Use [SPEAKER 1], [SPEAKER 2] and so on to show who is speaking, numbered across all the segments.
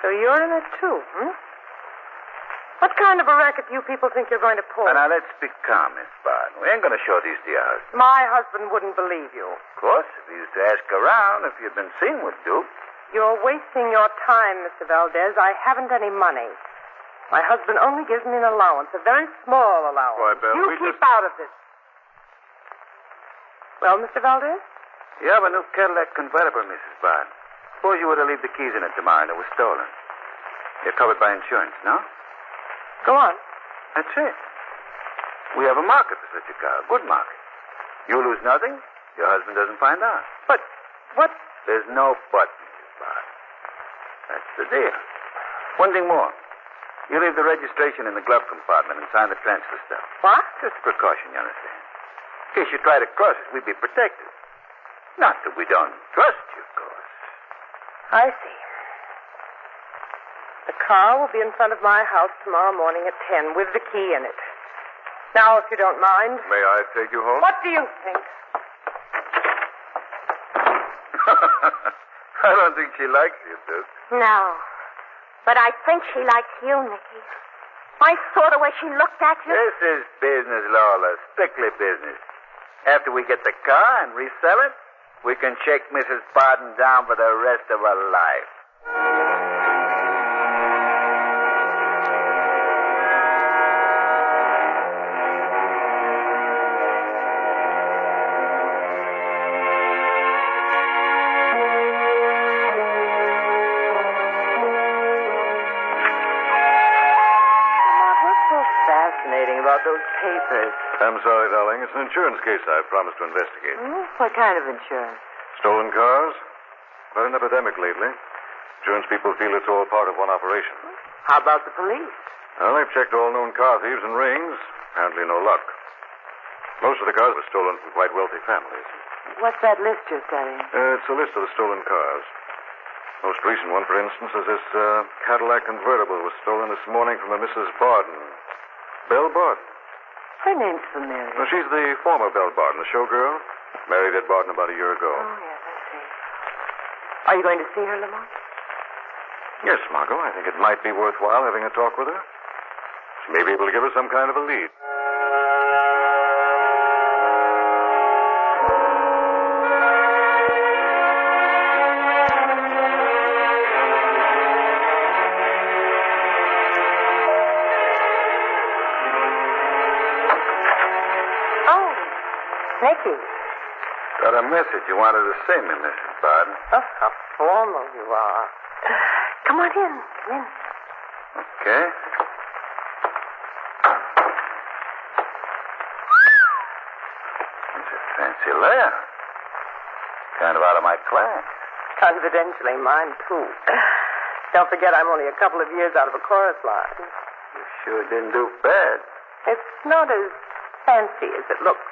[SPEAKER 1] So you're in it too, hmm? What kind of a racket do you people think you're going to pull?
[SPEAKER 2] Well, now, let's be calm, Miss Barton. We ain't going to show these to your husband.
[SPEAKER 1] My husband wouldn't believe you.
[SPEAKER 2] Of course, if he used to ask around if you'd been seen with Duke.
[SPEAKER 1] You're wasting your time, Mr. Valdez. I haven't any money. My husband only gives me an allowance, a very small allowance.
[SPEAKER 3] Why, Belle,
[SPEAKER 1] you
[SPEAKER 3] we
[SPEAKER 1] keep
[SPEAKER 3] just-
[SPEAKER 1] out of this. Well, Mr. Valdez?
[SPEAKER 2] You have a new Cadillac convertible, Mrs. Barton. Suppose you were to leave the keys in it tomorrow and it was stolen. You're covered by insurance, no?
[SPEAKER 1] Go on.
[SPEAKER 2] That's it. We have a market for such a car, good market. You lose nothing, your husband doesn't find out.
[SPEAKER 1] But what?
[SPEAKER 2] There's no but, Mrs. Barton. That's the deal. One thing more. You leave the registration in the glove compartment and sign the transfer stuff.
[SPEAKER 1] What?
[SPEAKER 2] Just a precaution, you understand. case you try to cross us, we'd be protected. Not that we don't trust you, of course.
[SPEAKER 1] I see. The car will be in front of my house tomorrow morning at 10 with the key in it. Now, if you don't mind,
[SPEAKER 3] May I take you home?
[SPEAKER 1] what do you think?
[SPEAKER 3] I don't think she likes you, sis.
[SPEAKER 4] No. But I think she likes you, Nicky. I saw the way she looked at you.
[SPEAKER 2] This is business, Lola. Strictly business. After we get the car and resell it, we can shake Mrs. Barton down for the rest of her life.
[SPEAKER 1] What's so fascinating about those papers?
[SPEAKER 3] I'm sorry, darling. It's an insurance case I promised to investigate.
[SPEAKER 1] Hmm? What kind of insurance?
[SPEAKER 3] Stolen cars? Quite an epidemic lately. Insurance people feel it's all part of one operation.
[SPEAKER 1] How about the police?
[SPEAKER 3] Well, they've checked all known car thieves and rings. Apparently, no luck. Most of the cars were stolen from quite wealthy families.
[SPEAKER 1] What's that list you're studying?
[SPEAKER 3] Uh, it's a list of the stolen cars. Most recent one, for instance, is this uh, Cadillac convertible was stolen this morning from a Mrs. Barden. Belle Barden.
[SPEAKER 1] Her name's familiar.
[SPEAKER 3] Well, she's the former Belle Barden, the showgirl. Married Ed Barden about a year ago.
[SPEAKER 1] yes, I see. Are you going to see her, Lamont?
[SPEAKER 3] Yes, Margot, I think it might be worthwhile having a talk with her. She may be able to give us some kind of a lead.
[SPEAKER 1] Oh, Nicky.
[SPEAKER 2] Got a message you wanted to see me, Mrs. Barton.
[SPEAKER 1] Oh, how formal you are. Come on in. Come in.
[SPEAKER 2] Okay. It's a fancy lair. Kind of out of my class.
[SPEAKER 1] Confidentially, mine, too. Don't forget, I'm only a couple of years out of a chorus line.
[SPEAKER 2] You sure didn't do bad.
[SPEAKER 1] It's not as fancy as it looks.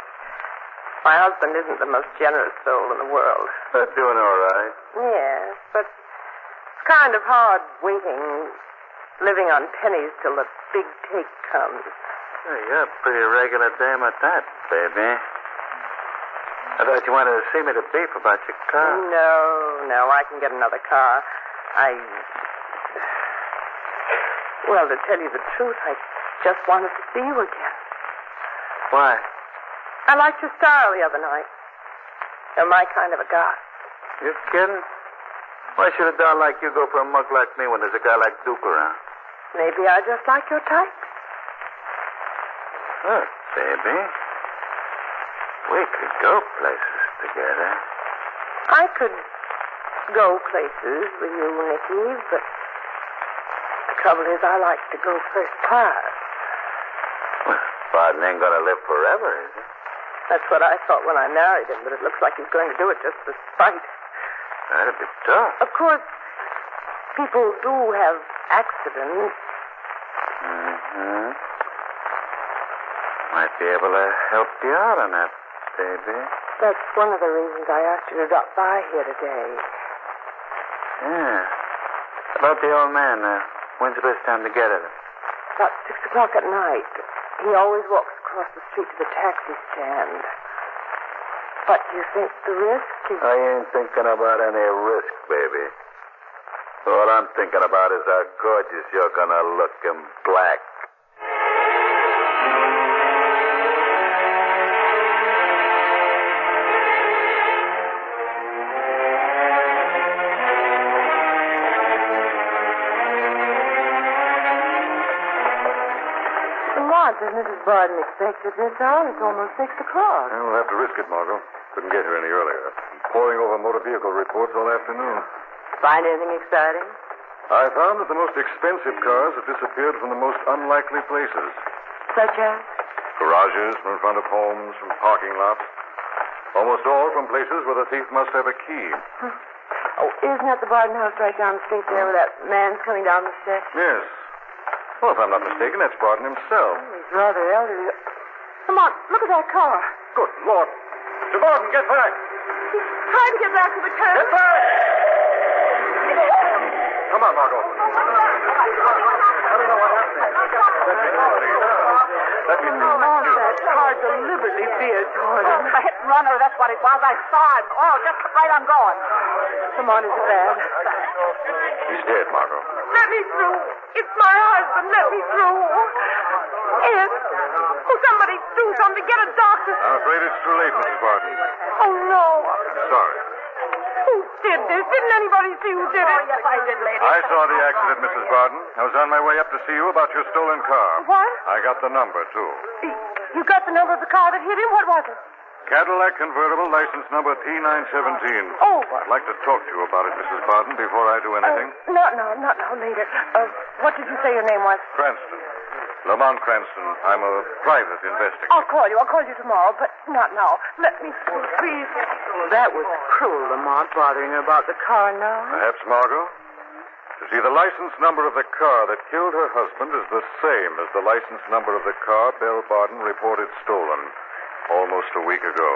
[SPEAKER 1] My husband isn't the most generous soul in the world.
[SPEAKER 2] But doing all right.
[SPEAKER 1] Yes, but it's kind of hard waiting, living on pennies till the big take comes.
[SPEAKER 2] Hey, you're a pretty regular dame at that, baby. I thought you wanted to see me to beef about your car.
[SPEAKER 1] No, no, I can get another car. I. Well, to tell you the truth, I just wanted to see you again.
[SPEAKER 2] Why?
[SPEAKER 1] I liked your style the other night. You're my kind of a guy.
[SPEAKER 2] You kidding? Why should a doll like you go for a mug like me when there's a guy like Duke around?
[SPEAKER 1] Maybe I just like your type.
[SPEAKER 2] Look, baby. We could go places together.
[SPEAKER 1] I could go places with you, Nicky, but the trouble is I like to go first class.
[SPEAKER 2] Well, Barton ain't gonna live forever, is he?
[SPEAKER 1] That's what I thought when I married him, but it looks like he's going to do it just for spite.
[SPEAKER 2] That'd be tough.
[SPEAKER 1] Of course, people do have accidents.
[SPEAKER 2] Mm-hmm. Might be able to help you out on that, baby.
[SPEAKER 1] That's one of the reasons I asked you to drop by here today.
[SPEAKER 2] Yeah. About the old man, uh, when's the best time to get at him?
[SPEAKER 1] About six o'clock at night, he always walks across the street to the taxi stand. But do you think the risk is
[SPEAKER 2] I ain't thinking about any risk, baby. All I'm thinking about is how gorgeous you're gonna look in black.
[SPEAKER 1] What? As Mrs. Barden expected this hour, it's almost six o'clock.
[SPEAKER 3] Well, we'll have to risk it, Margot. Couldn't get here any earlier. Been poring over motor vehicle reports all afternoon.
[SPEAKER 1] Find Uh, anything exciting?
[SPEAKER 3] I found that the most expensive cars have disappeared from the most unlikely places.
[SPEAKER 1] Such as?
[SPEAKER 3] Garages, from in front of homes, from parking lots. Almost all from places where the thief must have a key.
[SPEAKER 1] Oh, isn't that the Barden house right down the street there where that man's coming down the steps?
[SPEAKER 3] Yes. Well, if I'm not mistaken, that's Barton himself.
[SPEAKER 1] He's rather elderly. Come on, look at that car.
[SPEAKER 3] Good Lord. Mr. Gordon, get back.
[SPEAKER 5] He's trying to get back to the curb.
[SPEAKER 3] Get back! Come on, Margot. I don't know what happened. Let me know. Let me know.
[SPEAKER 1] that car deliberately veered toward
[SPEAKER 4] Oh,
[SPEAKER 1] him.
[SPEAKER 4] the hit and runner, that's what it was. I saw him. Oh, just right on going.
[SPEAKER 1] Come on, it's bad.
[SPEAKER 3] He's dead, Margot.
[SPEAKER 5] Let me through. It's my husband. Let me through. Ed. Oh, somebody do something. Get a doctor.
[SPEAKER 3] I'm afraid it's too late, Mrs. Barton.
[SPEAKER 5] Oh, no.
[SPEAKER 3] Sorry.
[SPEAKER 5] Who did this? Didn't anybody see who did it? Oh, yes, I did, lady.
[SPEAKER 3] I saw the accident, Mrs. Barton. I was on my way up to see you about your stolen car.
[SPEAKER 5] What?
[SPEAKER 3] I got the number, too.
[SPEAKER 5] You got the number of the car that hit him? What was it?
[SPEAKER 3] Cadillac convertible, license number T917.
[SPEAKER 5] Oh.
[SPEAKER 3] I'd like to talk to you about it, Mrs. Barton, before I do anything.
[SPEAKER 1] uh, No, no, not now, later. Uh, what did you say your name was?
[SPEAKER 3] Cranston. Lamont Cranston. I'm a private investigator.
[SPEAKER 1] I'll call you. I'll call you tomorrow, but not now. Let me through, please. That was cruel, Lamont, bothering her about the car now.
[SPEAKER 3] Perhaps, Margot? You see, the license number of the car that killed her husband is the same as the license number of the car Belle Barton reported stolen almost a week ago.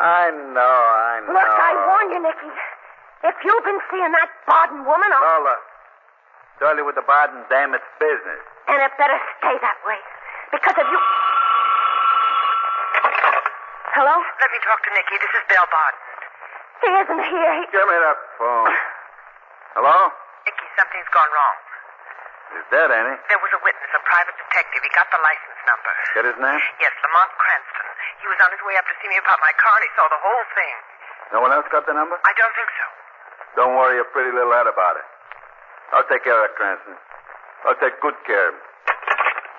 [SPEAKER 2] I know, I know.
[SPEAKER 4] Look, I warn you, Nicky. If you've been seeing that Barden woman, I'll...
[SPEAKER 2] Lola. Dolly with the Barden damn it's business.
[SPEAKER 4] and it better stay that way. Because if you. Hello?
[SPEAKER 1] Let me talk to Nicky. This is Belle Barton.
[SPEAKER 4] He isn't here. He...
[SPEAKER 2] Give me that phone. Hello?
[SPEAKER 1] Nicky, something's gone wrong.
[SPEAKER 2] He's dead, ain't he?
[SPEAKER 1] There was a witness, a private detective. He got the license number.
[SPEAKER 2] Get his name?
[SPEAKER 1] Yes, Lamont Cranston. He was on his way up to see me about my car, and he saw the whole thing.
[SPEAKER 2] No one else got the number?
[SPEAKER 1] I don't think so.
[SPEAKER 2] Don't worry your pretty little head about it. I'll take care of it, Cranston. I'll take good care of him.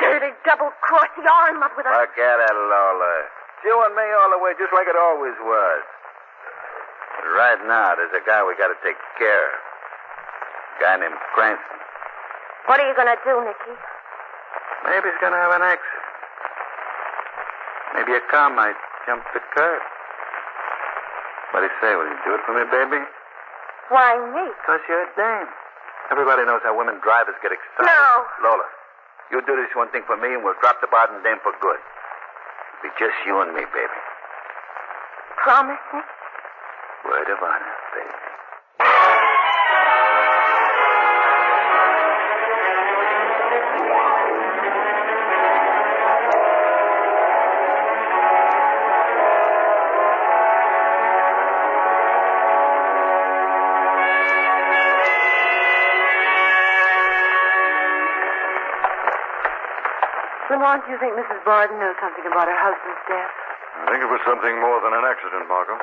[SPEAKER 4] Dirty double cross. You are in love with us.
[SPEAKER 2] Forget it, Lola. It's You and me all the way, just like it always was. But right now, there's a guy we gotta take care of. A guy named Cranston.
[SPEAKER 4] What are you going to do, Nicky?
[SPEAKER 2] Maybe he's gonna have an accident. Maybe a car might jump the curb. What do you say? Will you do it for me, baby?
[SPEAKER 4] Why me?
[SPEAKER 2] Because you're a dame. Everybody knows how women drivers get excited.
[SPEAKER 4] No.
[SPEAKER 2] Lola, you do this one thing for me, and we'll drop the Barden dame for good. It'll be just you and me, baby.
[SPEAKER 4] Promise me?
[SPEAKER 2] Word of honor, baby.
[SPEAKER 1] Lamont, do you think Mrs. Barden knows something about her husband's death?
[SPEAKER 3] I think it was something more than an accident, Margot.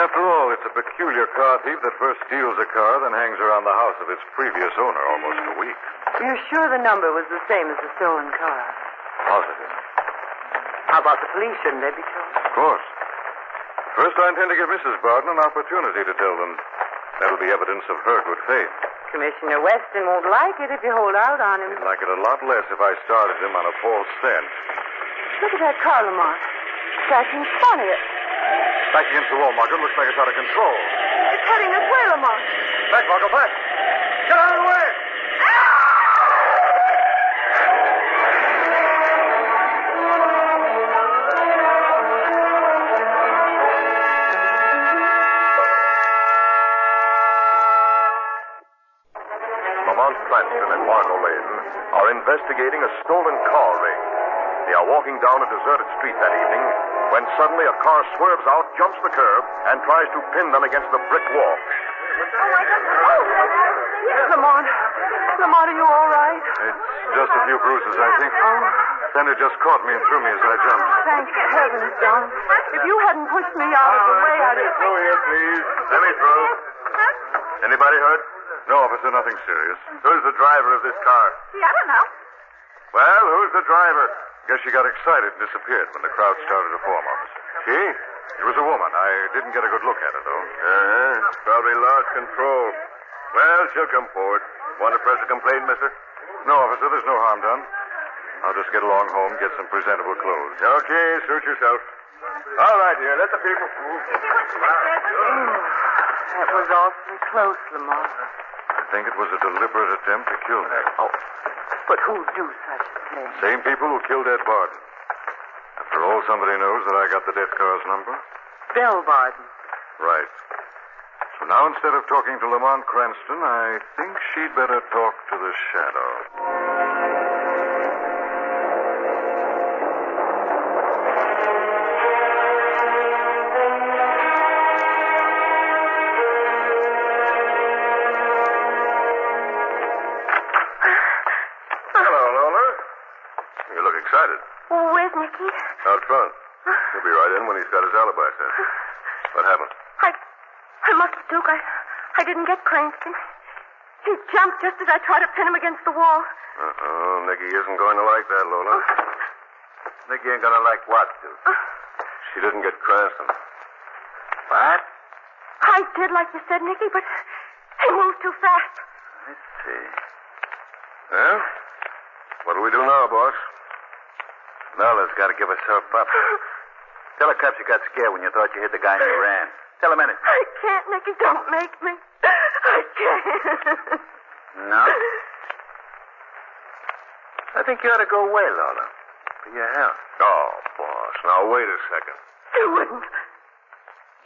[SPEAKER 3] After all, it's a peculiar car thief that first steals a car, then hangs around the house of its previous owner almost a week.
[SPEAKER 1] You're sure the number was the same as the stolen car?
[SPEAKER 3] Positive.
[SPEAKER 1] How about the police? Shouldn't they be told?
[SPEAKER 3] Of course. First, I intend to give Mrs. Barton an opportunity to tell them. That'll be evidence of her good faith.
[SPEAKER 1] Commissioner Weston won't like it if you hold out on him.
[SPEAKER 3] He'd like it a lot less if I started him on a false scent.
[SPEAKER 1] Look at that car, Lamont. It's acting funny.
[SPEAKER 3] Back against the wall, Margot. Looks like it's out of control.
[SPEAKER 1] It's heading this way, Lamont.
[SPEAKER 3] Back, Margot, back. Get out of the way.
[SPEAKER 6] Lamont Cranston and Margot Lane are investigating a stolen car ring. They are walking down a deserted street that evening when suddenly a car swerves out, jumps the curb, and tries to pin them against the brick wall.
[SPEAKER 1] Oh, Lamont. Lamont, are you all right?
[SPEAKER 3] It's just a few bruises, I think. Fender just caught me and threw me as I jumped.
[SPEAKER 1] Thank heavens, John. If you hadn't pushed me out of the way, I'd have...
[SPEAKER 3] through here, please. Let me through. Anybody hurt? No, officer, nothing serious. Who's the driver of this car?
[SPEAKER 5] Gee, I don't know.
[SPEAKER 3] Well, who's the driver? Guess she got excited and disappeared when the crowd started to form, officer. She? It was a woman. I didn't get a good look at her, though. Uh-huh. Probably lost control. Well, she'll come forward. Want to press a complaint, mister? No, officer, there's no harm done. I'll just get along home, get some presentable clothes. Okay, suit yourself. All right, here. Let the people.
[SPEAKER 1] I That was awfully close, Lamont.
[SPEAKER 3] I think it was a deliberate attempt to kill me.
[SPEAKER 1] Oh, but who do such things?
[SPEAKER 3] Same people who killed Ed Barton. After all, somebody knows that I got the death car's number.
[SPEAKER 1] Bell Barden.
[SPEAKER 3] Right. So now instead of talking to Lamont Cranston, I think she'd better talk to the shadow.
[SPEAKER 5] Oh,
[SPEAKER 3] Lola. You look excited.
[SPEAKER 4] Oh, where's Nicky?
[SPEAKER 3] Out front. He'll be right in when he's got his alibi set. What happened?
[SPEAKER 4] I, I must have, Duke. I, I didn't get Cranston. He jumped just as I tried to pin him against the wall.
[SPEAKER 3] Uh-oh, Nicky isn't going to like that, Lola. Nicky ain't going to like what, Duke? She didn't get Cranston. What?
[SPEAKER 4] I did, like you said, Nicky, but he moved too fast.
[SPEAKER 3] Let's see. Well, what do we do now, boss?
[SPEAKER 2] Lola's got to give herself up. Tell the cops you got scared when you thought you hit the guy and you ran. Tell him anything.
[SPEAKER 4] I can't, Nicky. Don't make me. I can't.
[SPEAKER 2] No? I think you ought to go away, Lola. For your health.
[SPEAKER 3] Oh, boss. Now, wait a second.
[SPEAKER 4] You wouldn't.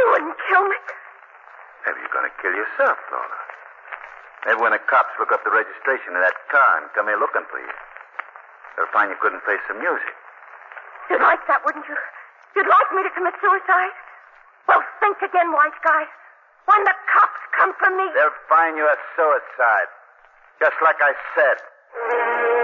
[SPEAKER 4] You wouldn't kill me.
[SPEAKER 2] Maybe you're going to kill yourself, Lola. Maybe when the cops look up the registration of that car and come here looking for you, they'll find you couldn't face the music.
[SPEAKER 4] You'd like that, wouldn't you? You'd like me to commit suicide? Well, think again, white guy. When the cops come for me.
[SPEAKER 2] They'll find you a suicide. Just like I said.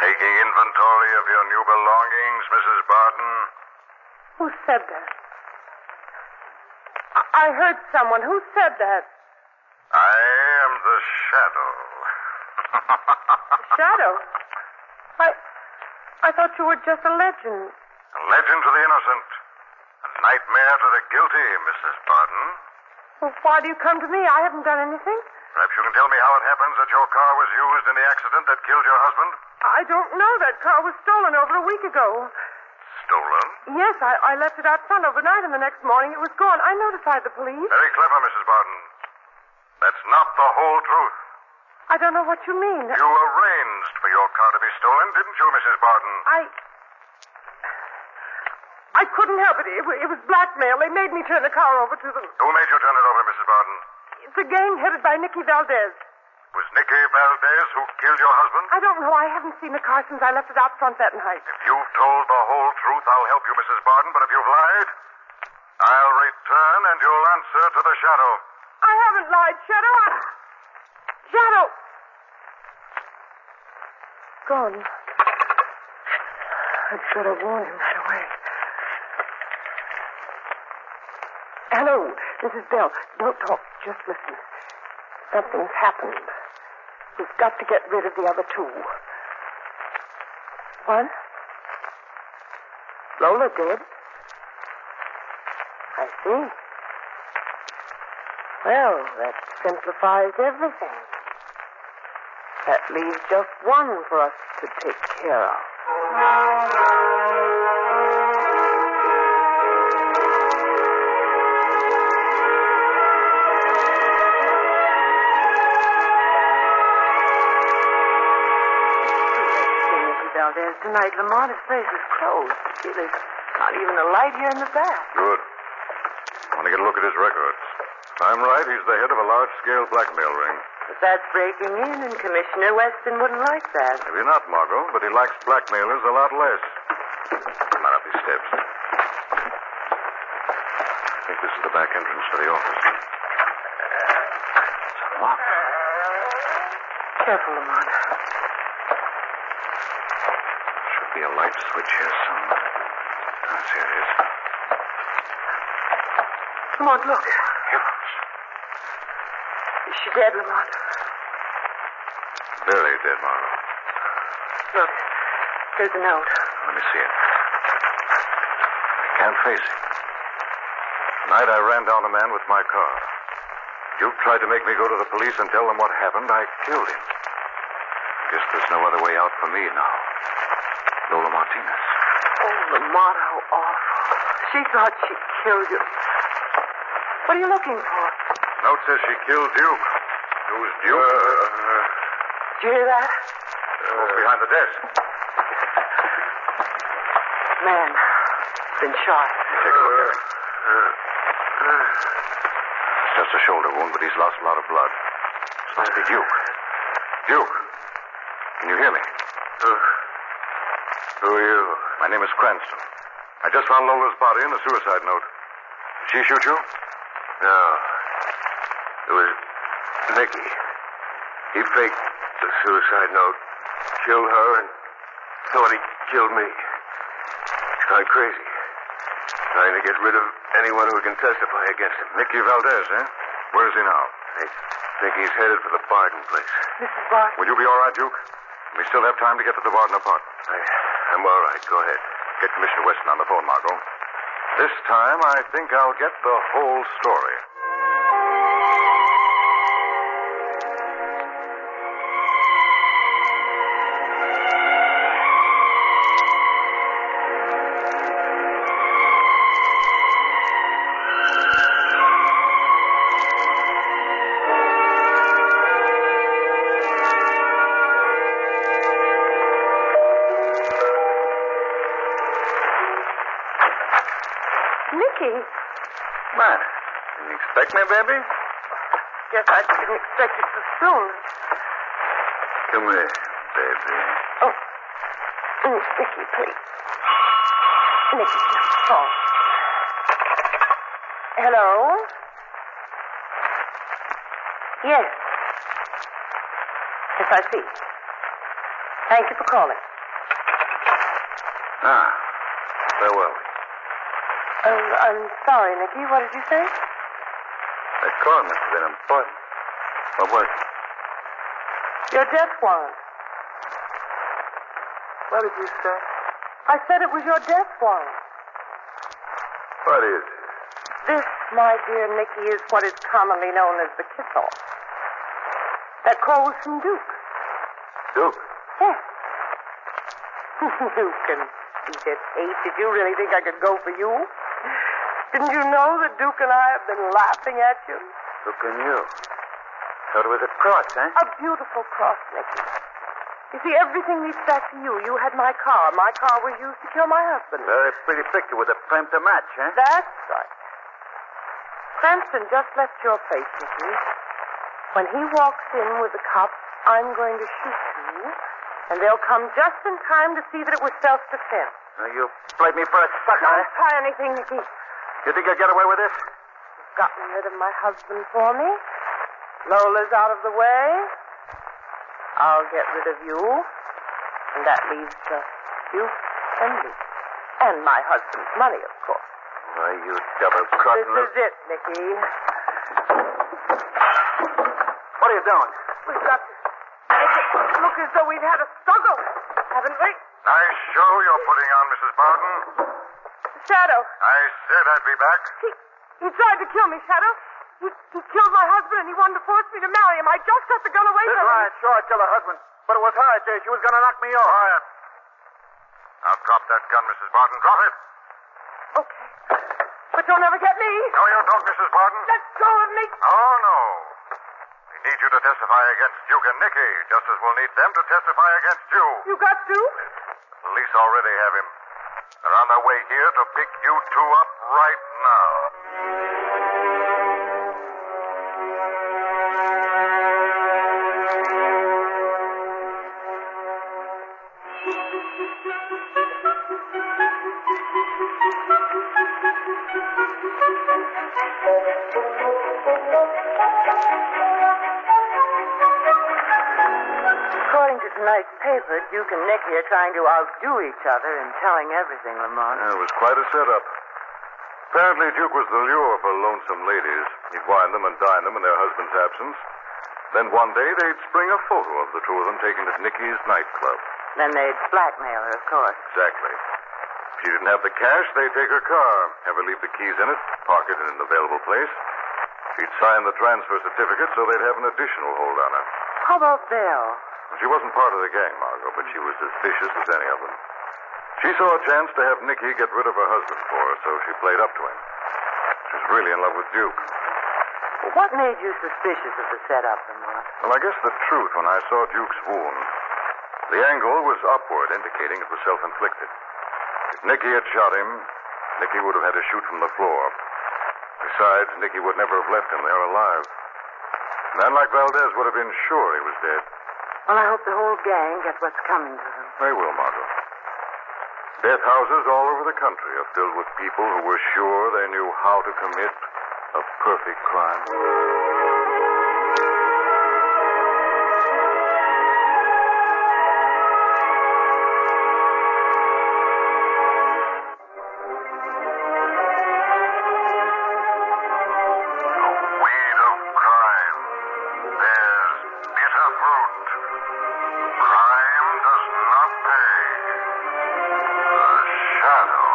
[SPEAKER 3] Taking inventory of your new belongings, Mrs. Barton.
[SPEAKER 1] Who said that? I- I heard someone. Who said that?
[SPEAKER 3] I am the shadow.
[SPEAKER 1] Shadow. I, I thought you were just a legend.
[SPEAKER 3] A legend to the innocent. A nightmare to the guilty, Mrs. Barton.
[SPEAKER 1] Well, why do you come to me? I haven't done anything.
[SPEAKER 3] Perhaps you can tell me how it happens that your car was used in the accident that killed your husband?
[SPEAKER 1] I don't know. That car was stolen over a week ago.
[SPEAKER 3] Stolen.
[SPEAKER 1] Yes, I, I left it out front overnight, and the next morning it was gone. I notified the police.
[SPEAKER 3] Very clever, Mrs. Barton. That's not the whole truth.
[SPEAKER 1] I don't know what you mean.
[SPEAKER 3] You arranged for your car to be stolen, didn't you, Mrs. Barton?
[SPEAKER 1] I. I couldn't help it. It, wa- it was blackmail. They made me turn the car over to them.
[SPEAKER 3] Who made you turn it over, Mrs. Barton?
[SPEAKER 1] It's a gang headed by Nicky Valdez.
[SPEAKER 3] Was Nicky Valdez who killed your husband?
[SPEAKER 1] I don't know. I haven't seen the car since I left it out front that night.
[SPEAKER 3] If you've told the whole truth, I'll help you, Mrs. Barton, but if you've lied, I'll return and you'll answer to the shadow.
[SPEAKER 1] I haven't lied, Shadow. I... Shadow. Gone. I should have warned him right away. Hello, this is Bell. Don't talk, just listen. Something's happened. We've got to get rid of the other two. One? Lola dead. I see. Well, that simplifies everything. That leaves just one for us to take care of. Valdez, tonight Lamont's place is closed. See, there's not even a light here in the back.
[SPEAKER 3] Good. Want to get a look at his records. If I'm right, he's the head of a large scale blackmail ring.
[SPEAKER 1] But that's breaking in, and Commissioner Weston wouldn't like that.
[SPEAKER 3] Maybe not, Margot, but he likes blackmailers a lot less. Come on up these steps. I think this is the back entrance to the office. It's locked.
[SPEAKER 1] Careful, Lamont.
[SPEAKER 3] Should be a light switch here somewhere. I see it is.
[SPEAKER 1] Lamont, look.
[SPEAKER 3] Heavens.
[SPEAKER 1] Is she dead, Lamont?
[SPEAKER 3] Barely dead, Margot.
[SPEAKER 1] Look. There's a note.
[SPEAKER 3] Let me see it. I can't face it. Tonight I ran down a man with my car. Duke tried to make me go to the police and tell them what happened. I killed him. Guess there's no other way out for me now. Lola Martinez.
[SPEAKER 1] Oh, the motto awful. She thought she killed you. What are you looking for?
[SPEAKER 3] Note says she killed Duke. Who's Duke?
[SPEAKER 1] Did you hear that?
[SPEAKER 3] What's behind the desk?
[SPEAKER 1] Man. Been shot.
[SPEAKER 3] Take a look at him. It's just a shoulder wound, but he's lost a lot of blood. This must be Duke. Duke, can you hear me? Who are you? My name is Cranston. I just found Lola's body in the suicide note. Did she shoot you? No. It was Nicky. He faked the suicide note, killed her, and thought he killed me. He's gone crazy. Trying to get rid of anyone who can testify against him. Nicky Valdez, eh? Where is he now? I think he's headed for the Barden place.
[SPEAKER 1] Mrs. Bart,
[SPEAKER 3] Will you be all right, Duke? We still have time to get to the Barden apartment. I, I'm all right. Go ahead. Get Commissioner Weston on the phone, Margot. This time, I think I'll get the whole story.
[SPEAKER 1] Nicky.
[SPEAKER 2] What? Didn't expect me, baby?
[SPEAKER 1] Guess I didn't expect it so soon.
[SPEAKER 2] Come here, baby.
[SPEAKER 1] Oh. Mm, Nicky, please. Nicky, phone. Hello? Yes. Yes, I see. Thank you for calling.
[SPEAKER 2] Ah, where were we?
[SPEAKER 1] Um, I'm sorry, Nicky. What did you say?
[SPEAKER 2] That call must have been important. What was it?
[SPEAKER 1] Your death warrant.
[SPEAKER 2] What did you say?
[SPEAKER 1] I said it was your death warrant.
[SPEAKER 2] What is it?
[SPEAKER 1] This, my dear Nicky, is what is commonly known as the kiss-off. That call was from Duke.
[SPEAKER 2] Duke.
[SPEAKER 1] Yes. you can beat it, Kate. Did you really think I could go for you? Didn't you know that Duke and I have been laughing at you?
[SPEAKER 2] Duke and you. So it was a cross, eh?
[SPEAKER 1] A beautiful cross, Nicky. You see, everything leads back to you. You had my car. My car was used to kill my husband.
[SPEAKER 2] Very pretty picture with a frame to match, eh?
[SPEAKER 1] That's right. Cranston just left your place, Nicky. When he walks in with the cops, I'm going to shoot you, and they'll come just in time to see that it was self-defense.
[SPEAKER 2] Now you played me for a sucker,
[SPEAKER 1] Don't
[SPEAKER 2] eh?
[SPEAKER 1] try anything, Nicky.
[SPEAKER 2] You think you'll get away with this?
[SPEAKER 1] You've gotten rid of my husband for me. Lola's out of the way. I'll get rid of you, and that leaves uh, you and me, and my husband's money, of course.
[SPEAKER 2] Why, you
[SPEAKER 1] This
[SPEAKER 2] double-crossing little...
[SPEAKER 1] is it, Nicky.
[SPEAKER 2] What are you doing?
[SPEAKER 1] We've got to make it look as though we've had a struggle, haven't we?
[SPEAKER 3] Nice show you're putting on, Mrs. Barton.
[SPEAKER 1] Shadow.
[SPEAKER 3] I said I'd be back.
[SPEAKER 1] He, he tried to kill me, Shadow. He, he killed my husband and he wanted to force me to marry him. I just got the gun away
[SPEAKER 2] This
[SPEAKER 1] from him.
[SPEAKER 2] line, sure, I killed her husband. But it was her, I say. She was going to knock me off.
[SPEAKER 3] Quiet. Now drop that gun, Mrs. Barton. Drop it.
[SPEAKER 1] Okay. But don't ever get me.
[SPEAKER 3] No, you don't, Mrs. Barton.
[SPEAKER 1] Let go of me.
[SPEAKER 3] Oh, no. We need you to testify against Duke and Nicky, just as we'll need them to testify against you.
[SPEAKER 1] You got to?
[SPEAKER 3] The police already have him. They're on their way here to pick you two up right now.
[SPEAKER 1] According to tonight's paper, Duke and Nicky are trying to outdo each other in telling everything, Lamont.
[SPEAKER 3] it was quite a setup. Apparently, Duke was the lure for lonesome ladies. He'd wine them and dine them in their husband's absence. Then one day, they'd spring a photo of the two of them taken at Nicky's nightclub.
[SPEAKER 1] Then they'd blackmail her, of course.
[SPEAKER 3] Exactly. If she didn't have the cash, they'd take her car, have her leave the keys in it, park it in an available place. She'd sign the transfer certificate so they'd have an additional hold on her.
[SPEAKER 1] How about Bill?
[SPEAKER 3] She wasn't part of the gang, Margot, but she was as vicious as any of them. She saw a chance to have Nicky get rid of her husband for her, so she played up to him. She's really in love with Duke.
[SPEAKER 1] What made you suspicious of the setup, Lamont?
[SPEAKER 3] Well, I guess the truth when I saw Duke's wound. The angle was upward, indicating it was self inflicted. If Nicky had shot him, Nicky would have had to shoot from the floor. Besides, Nicky would never have left him there alive. A man like Valdez would have been sure he was dead.
[SPEAKER 1] Well, I hope the whole gang get what's coming to them.
[SPEAKER 3] They will, Margot. Death houses all over the country are filled with people who were sure they knew how to commit a perfect crime.
[SPEAKER 6] The weed of crime bears bitter fruit. Crime does not pay. The shadow